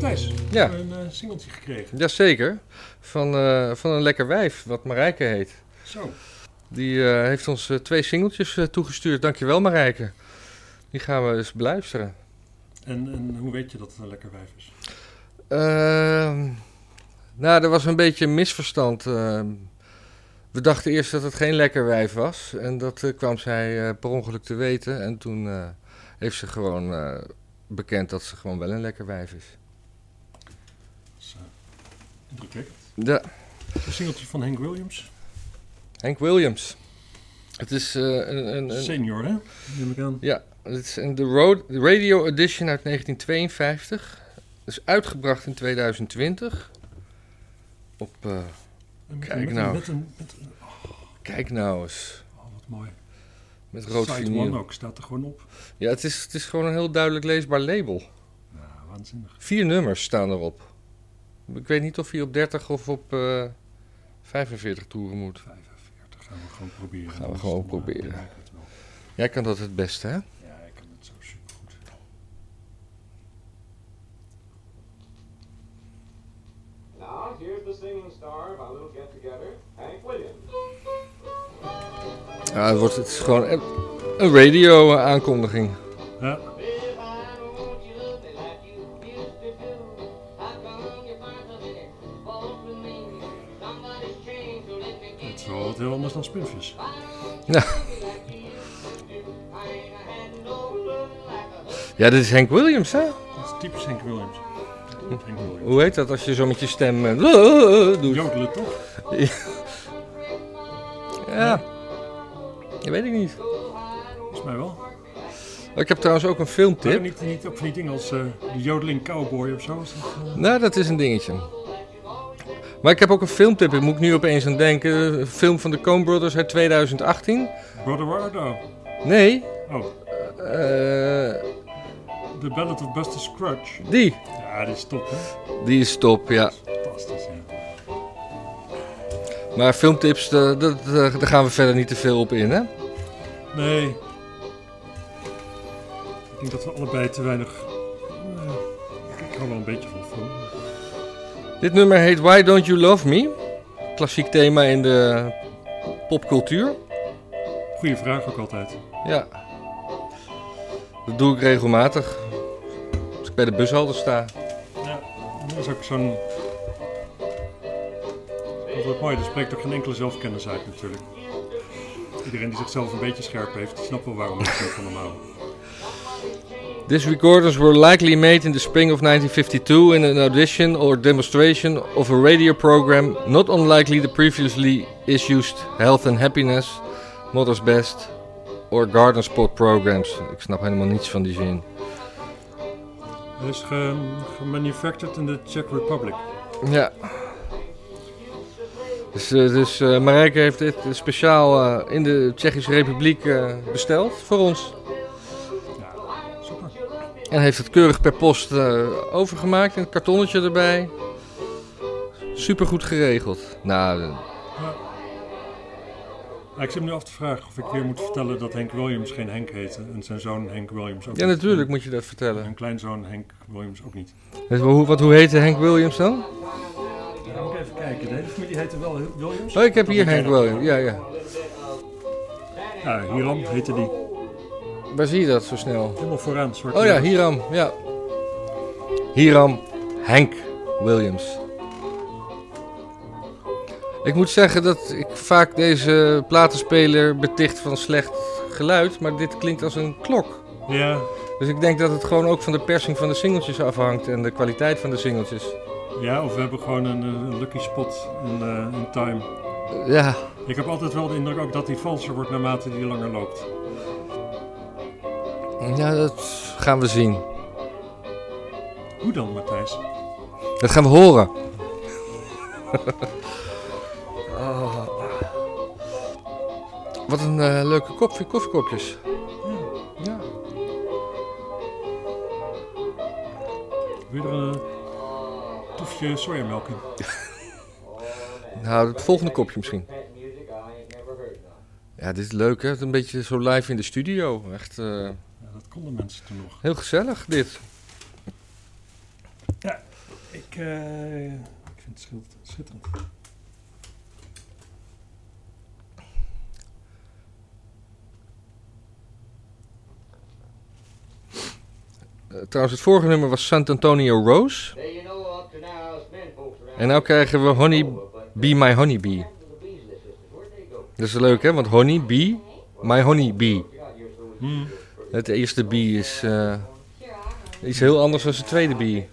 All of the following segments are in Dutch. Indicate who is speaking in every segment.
Speaker 1: Jazz.
Speaker 2: Ja.
Speaker 1: We hebben een eh, singeltje gekregen.
Speaker 2: Jazeker. Van, eh, van een lekker wijf, wat Marijke heet.
Speaker 1: Zo.
Speaker 2: Die eh, heeft ons eh, twee singeltjes eh, toegestuurd. Dankjewel Marijke. Die gaan we eens beluisteren.
Speaker 1: En, en hoe weet je dat het een lekker wijf is?
Speaker 2: Ehm, nou, er was een beetje een misverstand. Ehm, we dachten eerst dat het geen lekker wijf was. En dat eh, kwam zij eh, per ongeluk te weten. En toen eh, heeft ze gewoon eh, bekend dat ze gewoon wel een lekker wijf is.
Speaker 1: Dat is eh, indrukwekkend.
Speaker 2: Ja,
Speaker 1: Een singeltje van Hank Williams.
Speaker 2: Henk Williams. Het is eh, een, een, een,
Speaker 1: Senior, hè? Neem ik aan.
Speaker 2: Ja, het is in de Road- de Radio Edition uit 1952. Is uitgebracht in 2020. Op, eh,
Speaker 1: En met-
Speaker 2: Kijk
Speaker 1: met-
Speaker 2: nou.
Speaker 1: Met een, met een-
Speaker 2: kijk nou eens.
Speaker 1: oh, wat mooi.
Speaker 2: Met rood
Speaker 1: Side One
Speaker 2: vinyl.
Speaker 1: ook staat er gewoon op.
Speaker 2: Ja, het is, het is gewoon een heel duidelijk leesbaar label.
Speaker 1: Nou, waanzinnig.
Speaker 2: Vier nummers staan erop. Ik weet niet of hij op 30 of op eh, 45 toeren moet.
Speaker 1: 45 gaan we gewoon proberen.
Speaker 2: Gaan we
Speaker 1: Dus
Speaker 2: gewoon
Speaker 1: dan, eh,
Speaker 2: proberen.
Speaker 1: dan werkt het wel.
Speaker 2: Jij kan dat het beste, hè?
Speaker 1: Ja, ik kan het zo supergoed.
Speaker 3: Now, here's the singing star of our little get together, Hank Williams.
Speaker 2: Ja, het, wordt, het is gewoon een, een radio-aankondiging.
Speaker 1: Ja,
Speaker 4: If I want you ugly like you used to do, how come you find something falls with me? Somebody's changed, so let me get
Speaker 1: het is wel wat heel anders dan Spinvis.
Speaker 2: Ja, dit is Henk Williams, hè?
Speaker 1: Dat is typisch Hank Williams. Hank Williams.
Speaker 2: Hoe heet dat als je zo met je stem eh, doet?
Speaker 1: Jodelen toch?
Speaker 2: Ja. Dat weet ik niet. Oh,
Speaker 1: Volgens mij wel.
Speaker 2: Ik heb trouwens ook een
Speaker 1: Maar
Speaker 2: filmtip.
Speaker 1: niet, niet ook van die dingen als eh, de Jodeling Cowboy of zo. Is dat, eh,
Speaker 2: Nou, dat is een dingetje. Maar ik heb ook een filmtip. Ik moet nu opeens aan denken. Een film van de Coen Brothers uit 2018.
Speaker 1: Brother Wardo.
Speaker 2: Nee,
Speaker 1: Oh,
Speaker 2: eh,
Speaker 1: The Ballad of Buster Scruggs.
Speaker 2: die.
Speaker 1: Ja, die is top, hè?
Speaker 2: Die is top, ja.
Speaker 1: Fantastisch, ja.
Speaker 2: Maar filmtips, eh, dat, eh, daar gaan we verder niet te veel op in, hè?
Speaker 1: Nee. Ik denk dat we allebei te weinig... eh, ik hou wel een beetje van film.
Speaker 2: Dit nummer heet Why Don't You Love Me? Klassiek thema in de popcultuur.
Speaker 1: Goeie vraag ook altijd.
Speaker 2: Ja. Dat doe ik regelmatig. Als ik bij de bushalte sta.
Speaker 1: Ja, dat is ook zo'n... Dat is ook mooi, er spreekt ook geen enkele zelfkennis uit natuurlijk. Iedereen die zichzelf een beetje scherp heeft, die snapt wel waarom we het niet van hem houden.
Speaker 2: These recordings were likely made in the spring of 1952 in an audition or demonstration of a radio program, not unlikely the previously issued Health and Happiness, Mother's Best or Garden Spot programs. Ik snap helemaal niets van die zin.
Speaker 1: Hij is ge- gemanufactured in de Czech Republic.
Speaker 2: Ja. Dus, eh, dus eh, Marijke heeft dit speciaal eh, in de Tsjechische Republiek eh, besteld voor ons.
Speaker 1: Ja, super.
Speaker 2: En heeft het keurig per post eh, overgemaakt. Een kartonnetje erbij. Supergoed geregeld. Nou, eh,
Speaker 1: Ja, Nou, ik zit me nu af te vragen of ik weer moet vertellen dat Henk Williams geen Henk heette en zijn zoon Henk Williams ook
Speaker 2: ja,
Speaker 1: niet.
Speaker 2: natuurlijk moet je dat
Speaker 1: En
Speaker 2: vertellen.
Speaker 1: hun kleinzoon Henk Williams ook niet.
Speaker 2: Dus hoe, wat, hoe heette Henk Williams dan?
Speaker 1: Ja, moet ik even kijken. De hele familie heette wel Williams?
Speaker 2: Oh, ik heb hier Henk Williams. Ja, ja.
Speaker 1: Ja, Hiram heette die.
Speaker 2: Waar zie je dat zo snel?
Speaker 1: Helemaal vooraan, soort
Speaker 2: Oh ja, Hiram. Ja. Hiram Henk Williams. Ik moet zeggen dat ik vaak deze platenspeler beticht van slecht geluid, maar dit klinkt als een klok.
Speaker 1: Ja,
Speaker 2: Dus ik denk dat het gewoon ook van de persing van de singeltjes afhangt en de kwaliteit van de singeltjes.
Speaker 1: ja, of we hebben gewoon een, eh, een lucky spot in, eh, in time.
Speaker 2: Ja,
Speaker 1: Ik heb altijd wel de indruk ook dat die valser wordt naarmate die langer loopt.
Speaker 2: ja, dat gaan we zien.
Speaker 1: Hoe dan, Matthijs?
Speaker 2: Dat gaan we horen. Wat een eh, leuke koffie, koffiekopjes. Ja.
Speaker 1: Wil je er een
Speaker 4: Oh,
Speaker 1: toefje sojamelk in?
Speaker 2: Nou, het volgende kopje misschien. Ja, dit is leuk hè. Het is Een beetje zo live in de studio. Echt eh,
Speaker 1: Ja, dat konden mensen toen nog.
Speaker 2: heel gezellig dit.
Speaker 1: Ja. Ik, eh, ik vind het schild- schitterend.
Speaker 2: Eh, trouwens, het vorige nummer was Sant Antonio Rose.
Speaker 4: Well, you know, up to now, it's men folks around.
Speaker 2: En nu krijgen we Honey Be My Honey Bee. Dat is leuk, hè? Want Honey Bee, My Honey Bee.
Speaker 1: Hmm.
Speaker 2: Het eerste bee is eh, iets heel anders dan het tweede bee.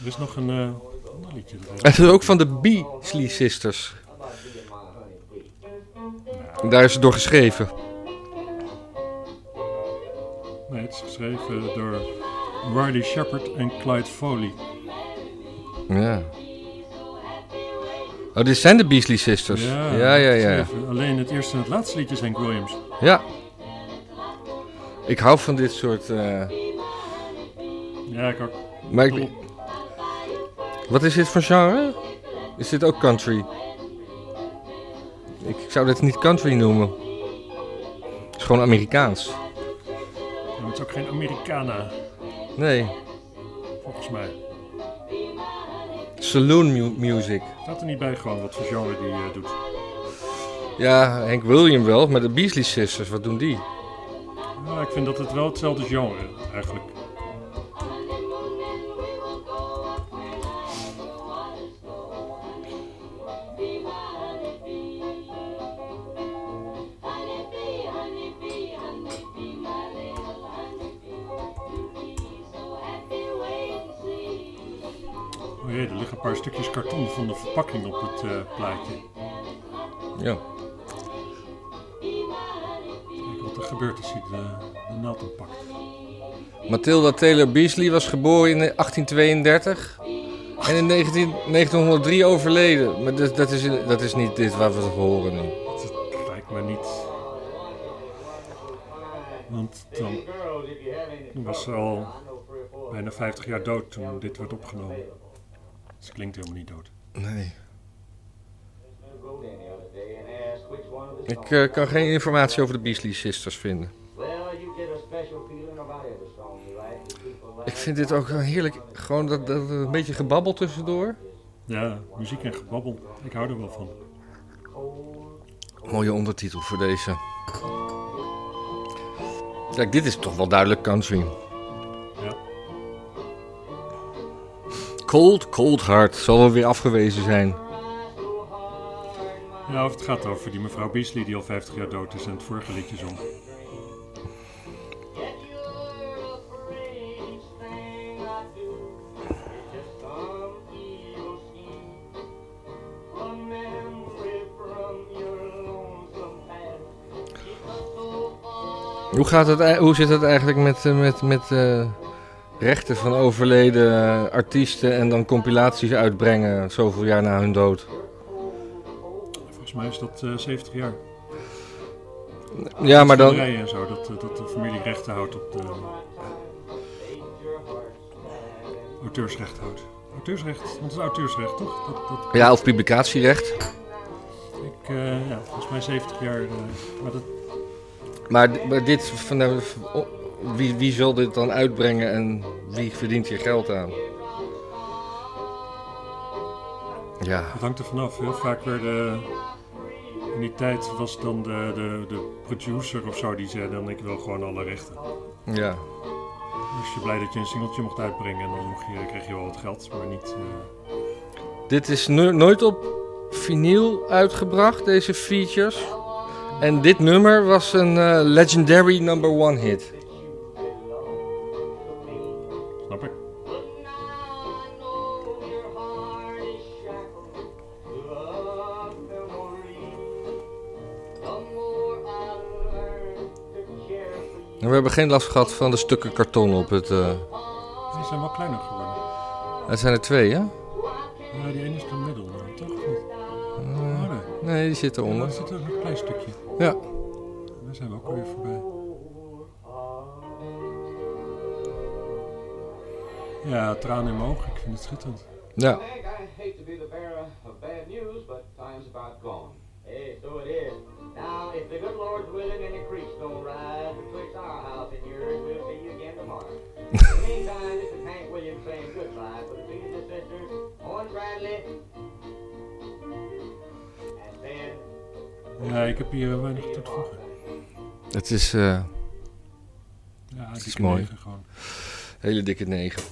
Speaker 1: Er is nog een eh, ander liedje. dat
Speaker 2: En
Speaker 1: heet-
Speaker 2: het is ook van de Beasley Sisters. En daar is het door geschreven.
Speaker 1: Nee, het is geschreven door Riley Shepard en Clyde Foley.
Speaker 2: Ja. Oh, dit zijn de Beasley Sisters. Ja, ja, ja.
Speaker 1: geschreven. Alleen het eerste en het laatste liedje is Hank Williams.
Speaker 2: Ja. Ik hou van dit soort... eh,
Speaker 1: Ja, ik ook.
Speaker 2: maar ik-
Speaker 1: Cool.
Speaker 2: wat is dit voor genre? Is dit ook country? Ik zou dit niet country noemen. Het is gewoon Amerikaans.
Speaker 1: Ja, maar het is ook geen Americana,
Speaker 2: Nee,
Speaker 1: volgens mij.
Speaker 2: saloon mu- music.
Speaker 1: Staat er niet bij gewoon wat voor genre die eh, doet.
Speaker 2: Ja, Hank William wel, maar de Beasley Sisters, wat doen die?
Speaker 1: Ja, ik vind dat het wel hetzelfde genre eigenlijk. Oh jee, er liggen een paar stukjes karton van de verpakking op het eh, plaatje.
Speaker 2: Ja.
Speaker 1: Kijk wat er gebeurt als hij de, de naald oppakt.
Speaker 2: Matilda Taylor Beasley was geboren in 1832 en in 19 1903 overleden. Maar dat, dat, is, dat is niet dit wat we horen nu.
Speaker 1: Dat lijkt me niet.
Speaker 4: Oh,
Speaker 1: Want dan was ze al bijna 50 jaar dood toen dit werd opgenomen. Ze klinkt helemaal niet dood.
Speaker 2: Nee. Ik eh, kan geen informatie over de Beasley Sisters vinden. Ik vind dit ook een heerlijk, gewoon dat, dat een beetje gebabbel tussendoor.
Speaker 1: Ja, muziek en gebabbel. Ik hou er wel van.
Speaker 2: Mooie ondertitel voor deze. Kijk, dit is toch wel duidelijk country.
Speaker 1: Ja.
Speaker 2: Cold, cold heart zal wel weer afgewezen zijn.
Speaker 1: Ja, of het gaat over die mevrouw Beasley die al 50 jaar dood is en het vorige liedje zong.
Speaker 2: Hoe, gaat het, ei- hoe zit het eigenlijk met, eh, met, met eh, rechten van overleden eh, artiesten en dan compilaties uitbrengen zoveel jaar na hun dood?
Speaker 1: Volgens mij is dat eh, 70 jaar.
Speaker 2: Ja, maar dan,
Speaker 1: Schilderijen en zo, dat, eh, dat de familie rechten houdt op de... Auteursrecht houdt. Auteursrecht, want het is auteursrecht toch? Dat, dat,
Speaker 2: ja, of publicatierecht.
Speaker 1: ik, eh, ja, volgens mij 70 jaar, eh, maar dat,
Speaker 2: Maar, d- maar dit, van, eh, v- o- wie, wie zal dit dan uitbrengen en wie verdient hier geld aan? Ja,
Speaker 1: dat hangt er vanaf. Heel vaak werden, in die tijd was dan de, de, de producer of zo die zei dan ik wil gewoon alle rechten.
Speaker 2: ja.
Speaker 1: Dus je blij dat je een singeltje mocht uitbrengen en dan mocht je, kreeg je wel wat geld, maar niet... eh,
Speaker 2: Dit is no- nooit op vinyl uitgebracht, deze features. En dit nummer was een eh, legendary number one hit.
Speaker 1: snap ik?
Speaker 2: En we hebben geen last gehad van de stukken karton op het... eh,
Speaker 1: Die zijn wel kleiner geworden.
Speaker 2: Het zijn er twee, hè?
Speaker 1: Ja, die ene is de middel, eh, toch?
Speaker 2: Eh,
Speaker 1: Oh, nee.
Speaker 2: Nee, die zit
Speaker 1: Ja,
Speaker 2: eronder.
Speaker 1: er zit ook een klein stukje.
Speaker 2: Ja.
Speaker 1: Daar zijn we ook alweer voorbij.
Speaker 4: ah."
Speaker 1: Ja, tranen in mijn ogen. Ik vind het schitterend.
Speaker 2: Ja.
Speaker 3: Hank, I hate to be the bearer of bad news, but time's about gone.
Speaker 4: Hey, so it is. Now, if the good Lord's willing and the creeks don't rise betwixt our house and yours, we'll see you again tomorrow. In the meantime, this is Hank Williams saying goodbye for the senior sister
Speaker 1: Nee, ik heb hier eh, weinig toe te voegen.
Speaker 2: Het is eh, een
Speaker 1: Ja, het
Speaker 2: is mooi.
Speaker 1: Gewoon.
Speaker 2: hele dikke 9.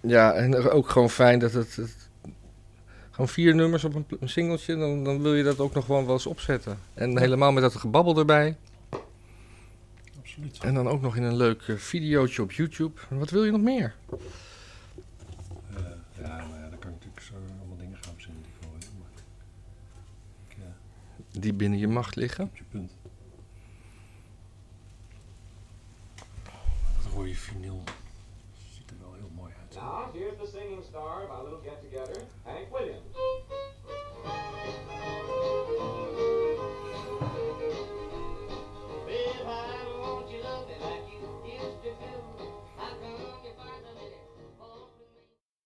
Speaker 2: Ja, en ook gewoon fijn dat het... het- gewoon vier nummers op een, pl- een singeltje, dan, dan wil je dat ook nog gewoon wel eens opzetten. En helemaal met dat gebabbel erbij.
Speaker 1: Absoluut.
Speaker 2: En dan ook nog in een leuk eh, videootje op YouTube. Wat wil je nog meer?
Speaker 1: Eh, ja, maar ja, dan kan ik natuurlijk zo allemaal dingen gaan verzinnen die ik wil weten. Maar ik eh,
Speaker 2: Die binnen je macht liggen.
Speaker 1: op je punt. Dat rode vinyl ziet er wel heel mooi uit.
Speaker 3: Now, here's the singing star of our little get together, Hank Williams.